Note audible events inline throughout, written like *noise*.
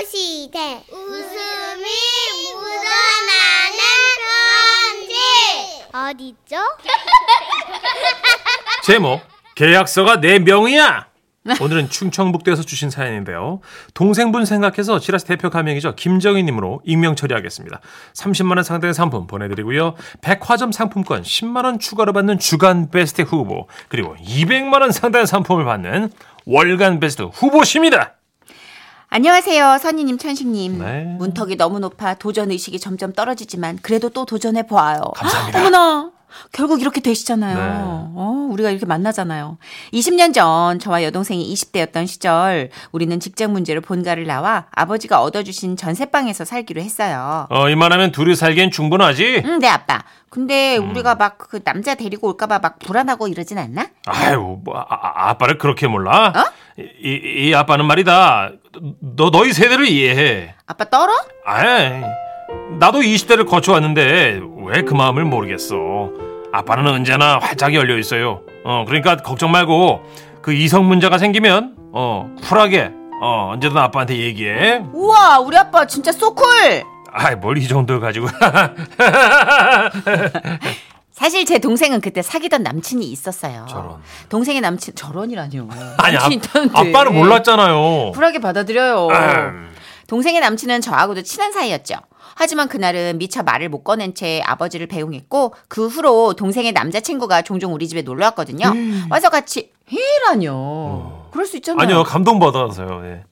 시대 웃음이 묻어나는 편지 어디죠? 제목 계약서가 내 명의야. 오늘은 충청북도에서 주신 사연인데요. 동생분 생각해서 지라스 대표 가명이죠. 김정희님으로 익명 처리하겠습니다. 30만 원 상당의 상품 보내드리고요. 백화점 상품권 10만 원 추가로 받는 주간 베스트 후보 그리고 200만 원 상당의 상품을 받는 월간 베스트 후보십니다. 안녕하세요. 선희님, 천식님. 네. 문턱이 너무 높아 도전 의식이 점점 떨어지지만 그래도 또 도전해 보아요. 감사합니다. *gasps* 어머나. 결국 이렇게 되시잖아요. 네. 어, 우리가 이렇게 만나잖아요. 20년 전 저와 여동생이 20대였던 시절 우리는 직장 문제로 본가를 나와 아버지가 얻어주신 전세방에서 살기로 했어요. 어 이만하면 둘이 살기엔 충분하지. 응, 네 아빠. 근데 음. 우리가 막 그 남자 데리고 올까봐 막 불안하고 이러진 않나? 아유 뭐, 아, 아, 아빠를 그렇게 몰라? 이, 이, 이 아빠는 말이다. 너 너희 세대를 이해해. 아빠 떨어? 아이, 나도 20대를 거쳐왔는데 왜 그 마음을 모르겠어. 아빠는 언제나 활짝 열려 있어요. 어, 그러니까 걱정 말고 그 이성 문제가 생기면 어, 쿨하게 어, 언제든 아빠한테 얘기해. 우와, 우리 아빠 진짜 쏘쿨! 아이, 뭘 이 정도를 가지고. *laughs* 사실 제 동생은 그때 사귀던 남친이 있었어요. 저런. 동생의 남친 저런이라니요. 아니, 아, 남친이 있다는데. 아빠는 몰랐잖아요. 쿨하게 받아들여요. 음. 동생의 남친은 저하고도 친한 사이였죠. 하지만 그날은 미처 말을 못 꺼낸 채 아버지를 배웅했고 그 후로 동생의 남자친구가 종종 우리 집에 놀러 왔거든요. 와서 같이 해라뇨. 그럴 수 있잖아요. 음. 어. 아니요, 감동받아서요. 예.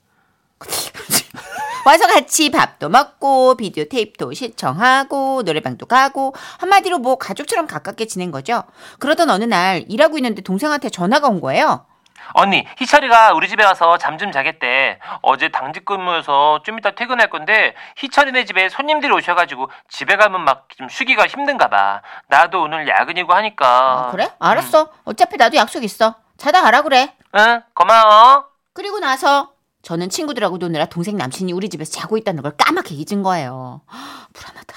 와서 같이 밥도 먹고 비디오 테이프도 시청하고 노래방도 가고 한마디로 뭐 가족처럼 가깝게 지낸 거죠. 그러던 어느 날 일하고 있는데 동생한테 전화가 온 거예요. 언니, 희철이가 우리 집에 와서 잠 좀 자겠대. 어제 당직 근무여서 좀 이따 퇴근할 건데 희철이네 집에 손님들이 오셔가지고 집에 가면 막 좀 쉬기가 힘든가 봐. 나도 오늘 야근이고 하니까. 아, 그래? 알았어. 어차피 나도 약속 있어. 자다 가라 그래. 응, 고마워. 그리고 나서 저는 친구들하고 노느라 동생 남친이 우리 집에서 자고 있다는 걸 까맣게 잊은 거예요. *gasps* 불안하다.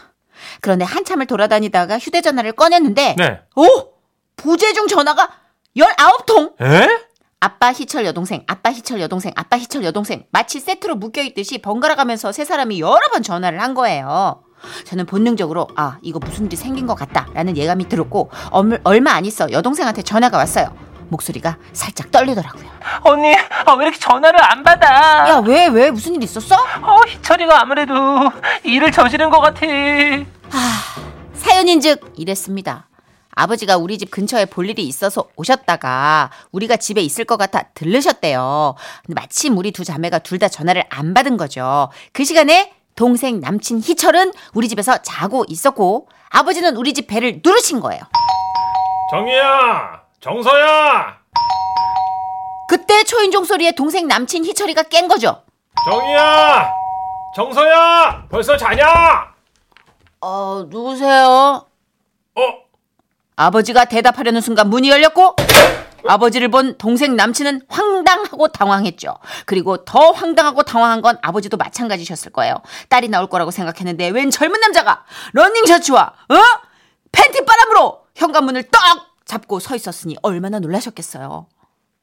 그런데 한참을 돌아다니다가 휴대전화를 꺼냈는데 네. 오! 부재중 전화가 19통! 에? 아빠 희철 여동생, 아빠 희철 여동생, 아빠 희철 여동생 마치 세트로 묶여 있듯이 번갈아 가면서 세 사람이 여러 번 전화를 한 거예요. 저는 본능적으로 아 이거 무슨 일이 생긴 것 같다라는 예감이 들었고 얼- 얼마 안 있어 여동생한테 전화가 왔어요. 목소리가 살짝 떨리더라고요. 언니, 아, 왜 이렇게 전화를 안 받아? 야 왜 왜 무슨 일 있었어? 어, 희철이가 아무래도 일을 저지른 것 같아. 사연인즉 이랬습니다. 아버지가 우리 집 근처에 볼 일이 있어서 오셨다가 우리가 집에 있을 것 같아 들르셨대요. 근데 마침 우리 두 자매가 둘 다 전화를 안 받은 거죠. 그 시간에 동생 남친 희철은 우리 집에서 자고 있었고 아버지는 우리 집 배를 누르신 거예요. 정희야! 정서야! 그때 초인종 소리에 동생 남친 희철이가 깬 거죠. 정희야! 정서야! 벌써 자냐? 어 누구세요? 어? 아버지가 대답하려는 순간 문이 열렸고 아버지를 본 동생 남친은 황당하고 당황했죠. 그리고 더 황당하고 당황한 건 아버지도 마찬가지셨을 거예요. 딸이 나올 거라고 생각했는데 웬 젊은 남자가 러닝 셔츠와 어? 팬티 바람으로 현관문을 떡 잡고 서 있었으니 얼마나 놀라셨겠어요.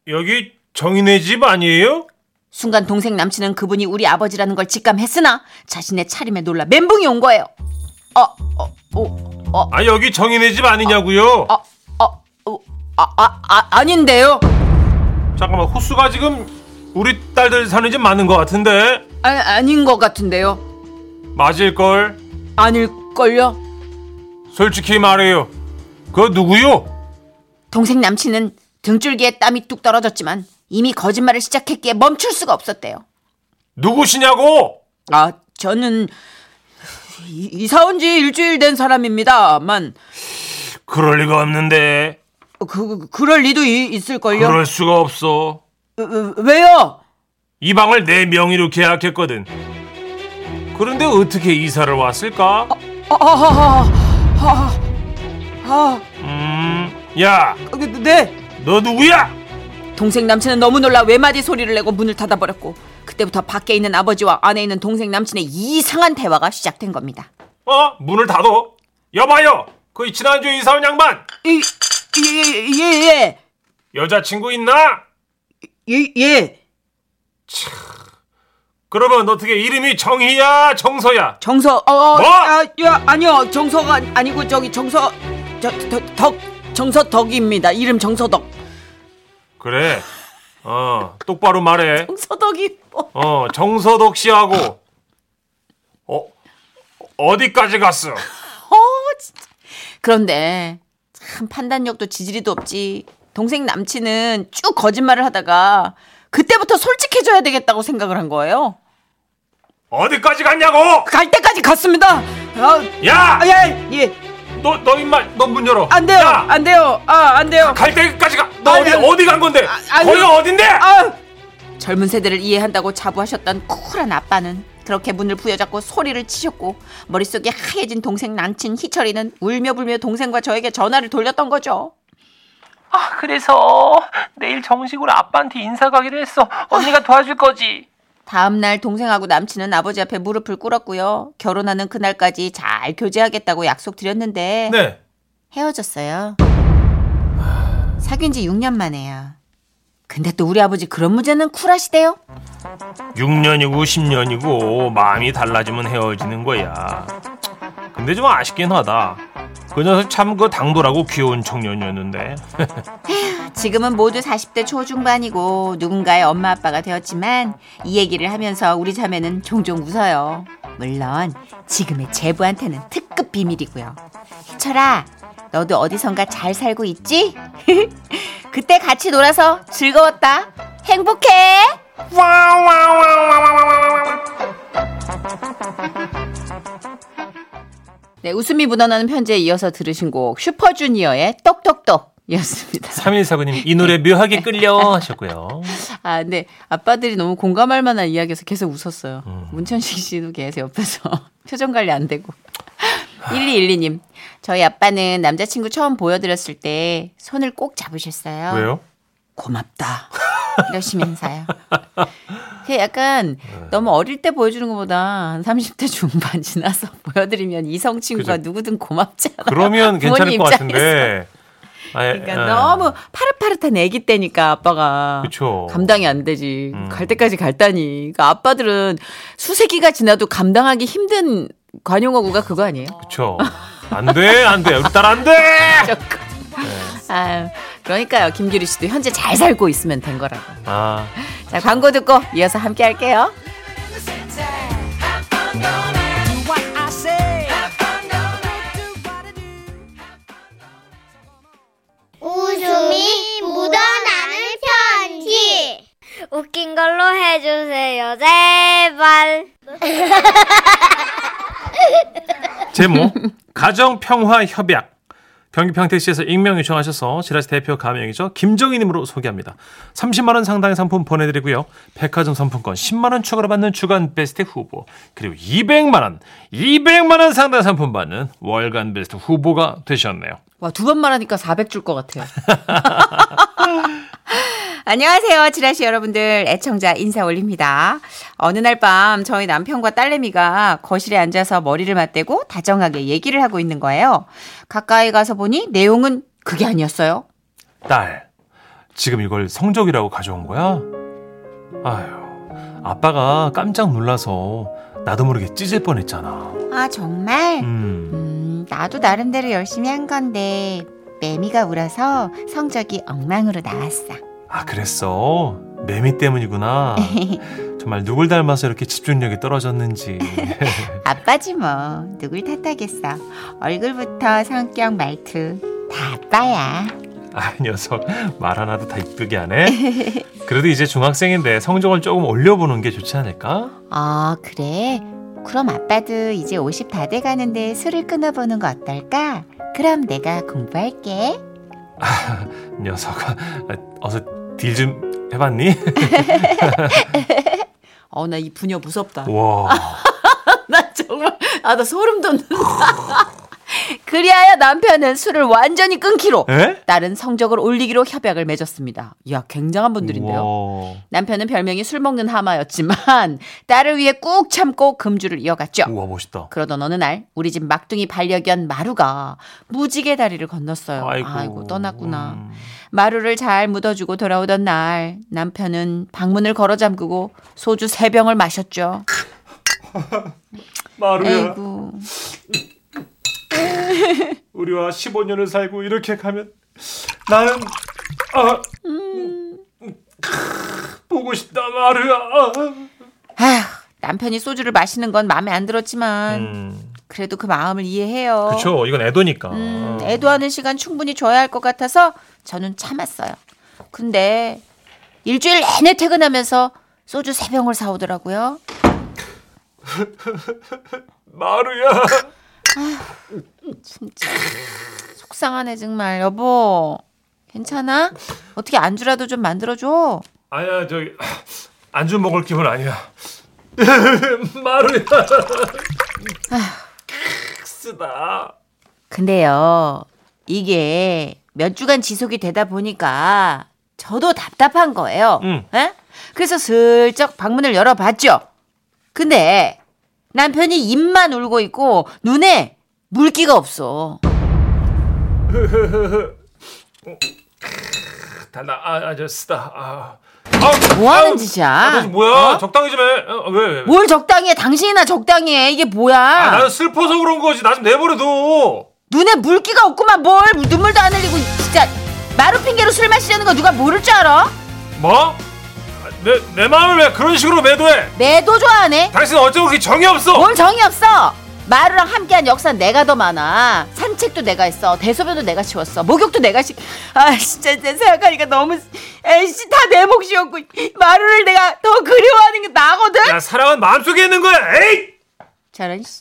여기 정희네 집 아니에요? 순간 동생 남친은 그분이 우리 아버지라는 걸 직감했으나 자신의 차림에 놀라 멘붕이 온 거예요. 어, 어, 어, 어, 아 여기 정인의 집 아니냐고요? 어, 어, 어, 아, 아, 아, 아닌데요. 잠깐만 호수가 지금 우리 딸들 사는 집 맞는 것 같은데 아, 아닌 것 같은데요. 맞을 걸 아닐걸요? 솔직히 말해요. 그거 누구요? 동생 남친은 등줄기에 땀이 뚝 떨어졌지만 이미 거짓말을 시작했기에 멈출 수가 없었대요. 누구시냐고? 아, 저는 이- 이사 온 지 일주일 된 사람입니다만 그럴 리가 없는데 그, 그럴 리도 이- 있을걸요? 그럴 수가 없어. 으- 으- 왜요? 이 방을 내 명의로 계약했거든. 그런데 어떻게 이사를 왔을까? 아, 아, 아, 아, 아, 음, 야, 아, 그- 네. 너 누구야? 동생 남친은 너무 놀라 외마디 소리를 내고 문을 닫아버렸고 그때부터 밖에 있는 아버지와 안에 있는 동생 남친의 이상한 대화가 시작된 겁니다. 어? 문을 닫어. 여봐요. 그 지난주에 이사 온 양반 예, 예, 예, 예. 여자친구 있나? 예, 예. 그러면 어떻게 이름이 정희야 정서야? 정서 어, 어 뭐? 아, 야, 아니요 정서가 아니- 아니고 저기 정서 저덕 정서덕입니다 이름 정서덕 그래. 어 똑바로 말해. 정서덕이 뭐 어 정서덕 씨하고 어 어디까지 갔어? 어, 진짜. 그런데 참 판단력도 지지리도 없지 동생 남친은 쭉 거짓말을 하다가 그때부터 솔직해져야 되겠다고 생각을 한 거예요 어디까지 갔냐고? 갈 때까지 갔습니다 아, 야! 아, 예, 예. 너 너 입만 너 문 열어. 안 돼요 야! 안 돼요 아안 돼요 갈 때까지 가. 너 아니, 어디 아니. 어디 간 건데? 아니. 거기가 어딘데? 아! 젊은 세대를 이해한다고 자부하셨던 쿨한 아빠는 그렇게 문을 부여잡고 소리를 치셨고 머릿속에 하얘진 동생 남친 희철이는 울며 불며 동생과 저에게 전화를 돌렸던 거죠. 아, 그래서 내일 정식으로 아빠한테 인사 가기로 했어. 언니가 도와줄 거지. 다음 날 동생하고 남친은 아버지 앞에 무릎을 꿇었고요. 결혼하는 그날까지 잘 교제하겠다고 약속드렸는데 네. 헤어졌어요. 사귄 지 6년 만에요. 근데 또 우리 아버지 그런 문제는 쿨하시대요. 6년이고 10년이고 마음이 달라지면 헤어지는 거야. 근데 좀 아쉽긴 하다. 그 녀석 참 그 당돌하고 귀여운 청년이었는데. 지금은 모두 40대 초중반이고 누군가의 엄마 아빠가 되었지만 이 얘기를 하면서 우리 자매는 종종 웃어요. 물론 지금의 제부한테는 특급 비밀이고요. 희철아, 너도 어디선가 잘 살고 있지? *laughs* 그때 같이 놀아서 즐거웠다. 행복해. 네, 웃음이 묻어나는 편지에 이어서 들으신 곡 슈퍼주니어의 *laughs* 똑똑똑이었습니다. 3149님 이 노래 묘하게 끌려 하셨고요. 아, 근데 아빠들이 너무 공감할 만한 이야기여서 계속 웃었어요. 음. 문천식 씨도 계속 옆에서 *laughs* 표정 관리 안 되고. 아. 1212님, 저희 아빠는 남자친구 처음 보여드렸을 때 손을 꼭 잡으셨어요. *laughs* 왜요? *laughs* 고맙다. 이러시면서요. 그 약간 네. 너무 어릴 때 보여주는 것보다 한 30대 중반 지나서 *laughs* 보여드리면 이성 친구가 그죠. 누구든 고맙지 않아요. 그러면 괜찮을 부모님 것 입장에서. 같은데. 아예, 그러니까 예. 너무 파릇파릇한 아기 때니까 아빠가 그쵸. 음. 감당이 안 되지 갈 때까지 갈다니 그러니까 아빠들은 수세기가 지나도 감당하기 힘든 관용어구가 그거 아니에요? 그쵸. 안 돼, 안 돼. 우리 딸 안 돼! 조금. 네. 아유, 그러니까요 김규리 씨도 현재 잘 살고 있으면 된 거라고 아, 자 광고 듣고 이어서 함께 할게요 웃음이 묻어나는 편지. 웃긴 걸로 해주세요, 제발. 제목 가정평화협약 경기평택시에서 익명 요청하셔서 지라시 대표 가명이죠 김정희님으로 소개합니다 30만원 상당의 상품 보내드리고요 백화점 상품권 10만원 추가로 받는 주간 베스트 후보 그리고 200만원 200만원 상당의 상품 받는 월간 베스트 후보가 되셨네요 와 두 번 말하니까 400줄 것 같아요 *laughs* 안녕하세요, 지라시 여러분들. 애청자 인사 올립니다. 어느 날 밤 저희 남편과 딸내미가 거실에 앉아서 머리를 맞대고 다정하게 얘기를 하고 있는 거예요. 가까이 가서 보니 내용은 그게 아니었어요. 딸, 지금 이걸 성적이라고 가져온 거야? 아휴, 아빠가 깜짝 놀라서 나도 모르게 찢을 뻔했잖아 아, 정말? 음, 음, 나도 나름대로 열심히 한 건데 매미가 울어서 성적이 엉망으로 나왔어. 아 그랬어 매미 때문이구나 정말 누굴 닮아서 이렇게 집중력이 떨어졌는지 *laughs* 아빠지 뭐. 누굴 탓하겠어. 얼굴부터 성격, 말투 다 아빠야. 아 녀석 말 하나도 다 이쁘게 하네 그래도 이제 중학생인데 성적을 조금 올려보는 게 좋지 않을까 아, 그래? 그럼 아빠도 이제 50 다 돼가는데 술을 끊어보는 거 어떨까? 그럼 내가 공부할게. 녀석아 *laughs* 아, 어서 딜 좀 해봤니 어, 나 이 부녀 *laughs* 무섭다. 와 나 정말, 아, 나 소름 돋는다. *laughs* 그리하여 남편은 술을 완전히 끊기로, 에? 딸은 성적을 올리기로 협약을 맺었습니다. 이야, 굉장한 분들인데요. 우와. 남편은 별명이 술 먹는 하마였지만, *laughs* 딸을 위해 꾹 참고 금주를 이어갔죠. 우와 멋있다 그러던 어느 날 우리 집 막둥이 반려견 마루가 무지개 다리를 건넜어요. 아이고, 아이고, 떠났구나. 음. 마루를 잘 묻어주고 돌아오던 날 남편은 방문을 걸어 잠그고 소주 세병을 마셨죠. 마루야, 에이구. 우리와 15년을 살고 이렇게 가면 나는 아 크, 보고 싶다 마루야. 아휴, 남편이 소주를 마시는 건 마음에 안 들었지만 음, 그래도 그 마음을 이해해요. 그렇죠. 이건 애도니까. 음, 애도하는 시간 충분히 줘야 할 것 같아서 저는 참았어요. 근데 일주일 내내 퇴근하면서 소주 세병을 사오더라고요. 마루야. 진짜 속상하네 정말 여보 괜찮아? 어떻게 안주라도 좀 만들어줘 아니야 저기 *sniffs* 안주 먹을 기분 아니야. *laughs* 마루야. 쓰다. 근데요 이게 몇 주간 지속이 되다 보니까 저도 답답한 거예요 응. 에? 그래서 슬쩍 방문을 열어봤죠 근데 남편이 입만 울고 있고 눈에 물기가 없어 달라. 아, 저 쓰다. 아. 뭐 하는 아우, 짓이야? 아, 너 뭐야? 적당히 좀 해. 어, 왜? 왜? 뭘 적당히 해 당신이나 적당히 해 이게 뭐야 아, 나는 슬퍼서 그런 거지. 나 좀 내버려둬. 눈에 물기가 없구만 뭘 눈물도 안 흘리고 진짜 마루 핑계로 술 마시려는 거 누가 모를 줄 알아? 뭐? 내, 내 마음을 왜 그런 식으로 매도해? 매도 좋아하네 당신 어쩜 그렇게 정이 없어? 뭘 정이 없어 마루랑 함께한 역사 내가 더 많아 산책도 내가 했어 대소변도 내가 치웠어 목욕도 내가 시아 진짜 내 생각하니까 너무 에이씨 다 내 몫이었고 마루를 내가 더 그리워하는 게 나거든 야, 사랑은 마음속에 있는 거야. 에이! 잘한 씨.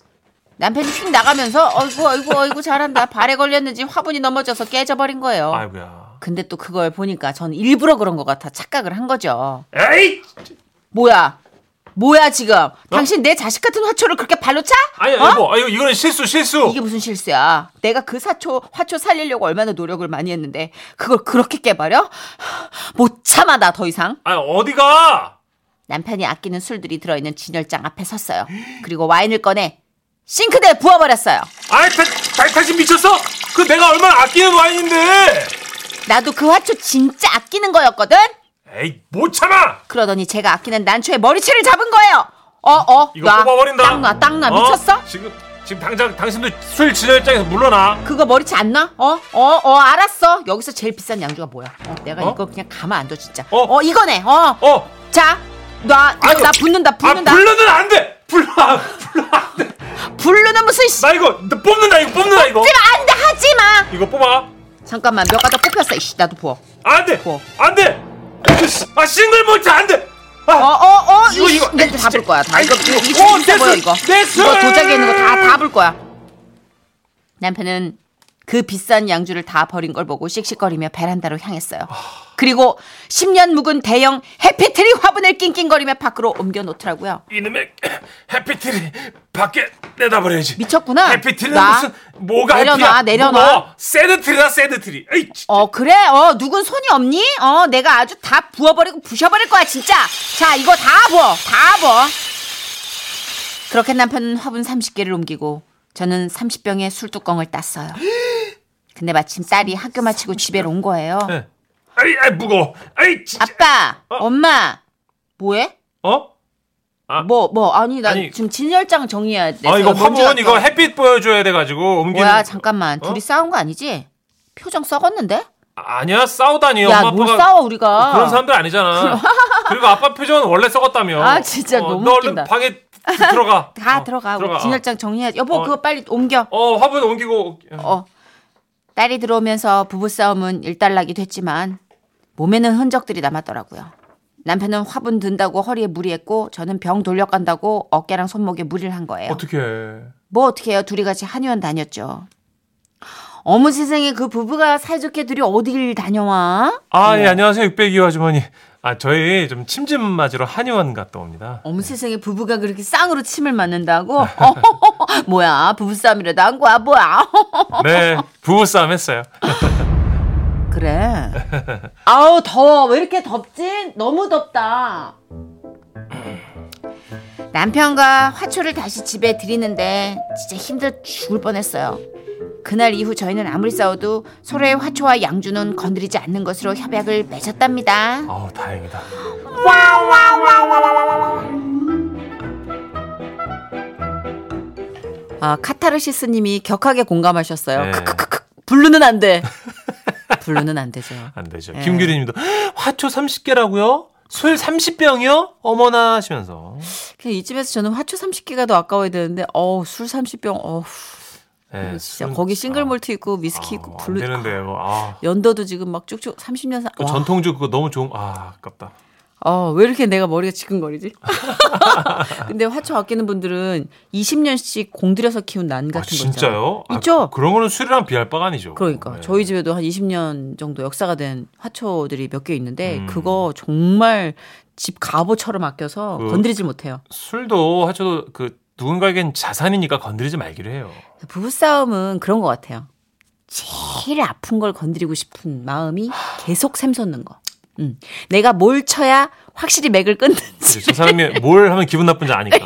남편이 휙 나가면서 어이구 어이구 어이구 잘한다 발에 걸렸는지 화분이 넘어져서 깨져버린 거예요 아이고야. 근데 또 그걸 보니까 전 일부러 그런 것 같아 착각을 한 거죠. 에이! 어? 뭐야? 뭐야 지금? 당신 내 자식 같은 화초를 그렇게 발로 차? 어? 아니, 어? 여보, 아, 이거, 이거는 실수, 실수. 이게 무슨 실수야? 내가 그 사초 화초 살리려고 얼마나 노력을 많이 했는데 그걸 그렇게 깨버려? 못 참아 나 더 이상. 아니, 어디가? 남편이 아끼는 술들이 들어있는 진열장 앞에 섰어요. 그리고 와인을 꺼내 싱크대에 부어버렸어요. 아이, 다, 다, 당신 미쳤어? 그 내가 얼마나 아끼는 와인인데! 나도 그 화초 진짜 아끼는 거였거든. 에이, 못 참아! 그러더니 제가 아끼는 난초의 머리채를 잡은 거예요. 어 어. 이거 뽑아버린다. 땅놔 땅놔 어? 미쳤어? 지금, 지금 당장 당신도 술 진열장에서 물러나. 그거 머리채 안 놔? 어? 어? 어? 알았어. 여기서 제일 비싼 양주가 뭐야? 어, 내가 어? 이거 그냥 가만 안 둬 진짜. 어? 어? 이거네. 어. 어! 자. 나, 이거 아이고. 나 붙는다, 아, 붙는다. 불러는 안 돼! 불러, 불러 안 돼! 는 무슨 씨. 나 이거 너 뽑는다 이거 뽑는다 이거 하지마, 안 돼, 하지마. 이거 뽑아 잠깐만, 몇 가닥 뽑혔어. 이씨, 나도 부어. 안돼 뽑아. 안돼 아 싱글 못해 안돼 어, 아, 어, 어. 이거, 이씨, 이거. 내가 다불 거야. 다. 아, 이거, 이거, 이거, 이거, 이거. 어, 진짜 됐어, 보여, 이거. 됐어. 이거 도자기에 있는 거 다 다불 거야. 남편은 그 비싼 양주를 다 버린 걸 보고 씩씩거리며 베란다로 향했어요. 아. 그리고 10년 묵은 대형 해피트리 화분을 낑낑거리며 밖으로 옮겨 놓더라고요. 이놈의 *laughs* 해피트리 밖에 내다버려야지 미쳤구나. 해피트리는 나. 무슨 뭐가 내려놔, 해피야 내려놔. 뭐, 새드트리다 새드트리 에이 진짜. 어 그래 어 누군 손이 없니 어 내가 아주 다 부어버리고 부셔버릴 거야 진짜 자 이거 다 부어 다 부어 그렇게 남편은 화분 30개를 옮기고 저는 30병의 술뚜껑을 땄어요 근데 마침 딸이 학교 마치고 집에 온 거예요 네. 아이 아이 무거워 아이 진짜 아빠 어? 엄마 뭐해 어? 아. 뭐 뭐 아니 나 아니. 지금 진열장 정리해야 돼 아 이거 먼지가 화분 이거 또- 햇빛 보여줘야 돼가지고 옮기는 뭐야 잠깐만 어? 둘이 싸운 거 아니지 표정 썩었는데 아, 아니야 싸우다니 야 엄마 뭘 아빠가 싸워 우리가 그런 *laughs* 사람들 아니잖아. 그리고 아빠 표정은 원래 썩었다며. 어, 아, 진짜 너무 너 웃긴다. 얼른 방에 들어가. 다 어, 들어가. 우리 진열장 정리해. 여보, 어. 그거 빨리 옮겨. 어, 화분 옮기고. 어. 딸이 들어오면서 부부싸움은 일단락이 됐지만 몸에는 흔적들이 남았더라고요. 남편은 화분 든다고 허리에 무리했고 저는 병 돌려간다고 어깨랑 손목에 무리를 한 거예요. 어떻게 해? 뭐 어떻게 해요? 둘이 같이 한의원 다녔죠. 어머 세상에 그 부부가 사이좋게 둘이 어디를 다녀와? 아, 예, 안녕하세요. 602호 아주머니. 아, 저희 좀 침 좀 맞으러 한의원 갔다 옵니다. 어머 세상에 부부가 그렇게 쌍으로 침을 맞는다고? *laughs* 뭐야 부부싸움이라도 한 거야 *laughs* 뭐야? 네, 부부싸움 했어요. *laughs* 그래. 아우 더워. 왜 이렇게 덥지? 너무 덥다. 남편과 화초를 다시 집에 들이는데 진짜 힘들어 죽을 뻔했어요. 그날 이후 저희는 아무리 싸워도 서로의 화초와 양주는 건드리지 않는 것으로 협약을 맺었답니다. 아우 다행이다. 아 카타르시스님이 격하게 공감하셨어요. 네. 크크크크 블루는 안 *laughs* 돼. 블루는 안 되죠. 안 되죠. 예. 김규리님도 화초 30개라고요? 술 30병이요? 어머나 하시면서. 그냥 이쯤에서 저는 화초 30개가 더 아까워야 되는데 어우 술 30병 어우 진짜 예, 술은- 그렇죠. 거기 싱글몰트 있고 위스키 아, 있고 안 블루 되는데 뭐, 아. 연도도 지금 막 쭉쭉 30년 사. 그 전통주 그거 너무 좋은 아 아깝다. 어왜 이렇게 내가 머리가 지끈거리지? *laughs* 근데 화초 아끼는 분들은 20년씩 공들여서 키운 난 아 같은 거 있잖아요. 진짜요? 아, 있죠? 그런 거는 술이랑 비할 바가 아니죠. 그러니까 예. 저희 집에도 한 20년 정도 역사가 된 화초들이 몇 개 있는데 음. 그거 정말 집 갑오처럼 아껴서 그- 건드리질 못해요. 술도 화초도 그 누군가에겐 자산이니까 건드리지 말기로 해요. 부부싸움은 그런 것 같아요. 제일 아픈 걸 건드리고 싶은 마음이 계속 샘솟는 거. 음. 내가 뭘 쳐야 확실히 맥을 끊는지. 저 사람이 뭘 하면 기분 나쁜지 아니까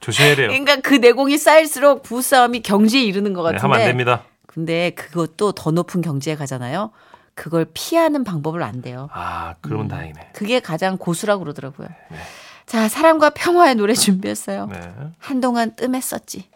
조심해야 돼요. 그러니까 그 내공이 쌓일수록 부부싸움이 경지에 이르는 것 네, 같은데. 하면 안 됩니다. 근데 그것도 더 높은 경지에 가잖아요. 그걸 피하는 방법을 안 돼요. 아 그러면 다행이네. 그게 가장 고수라고 그러더라고요. 자, 사랑과 평화의 노래 준비했어요. 네. 한동안 뜸했었지.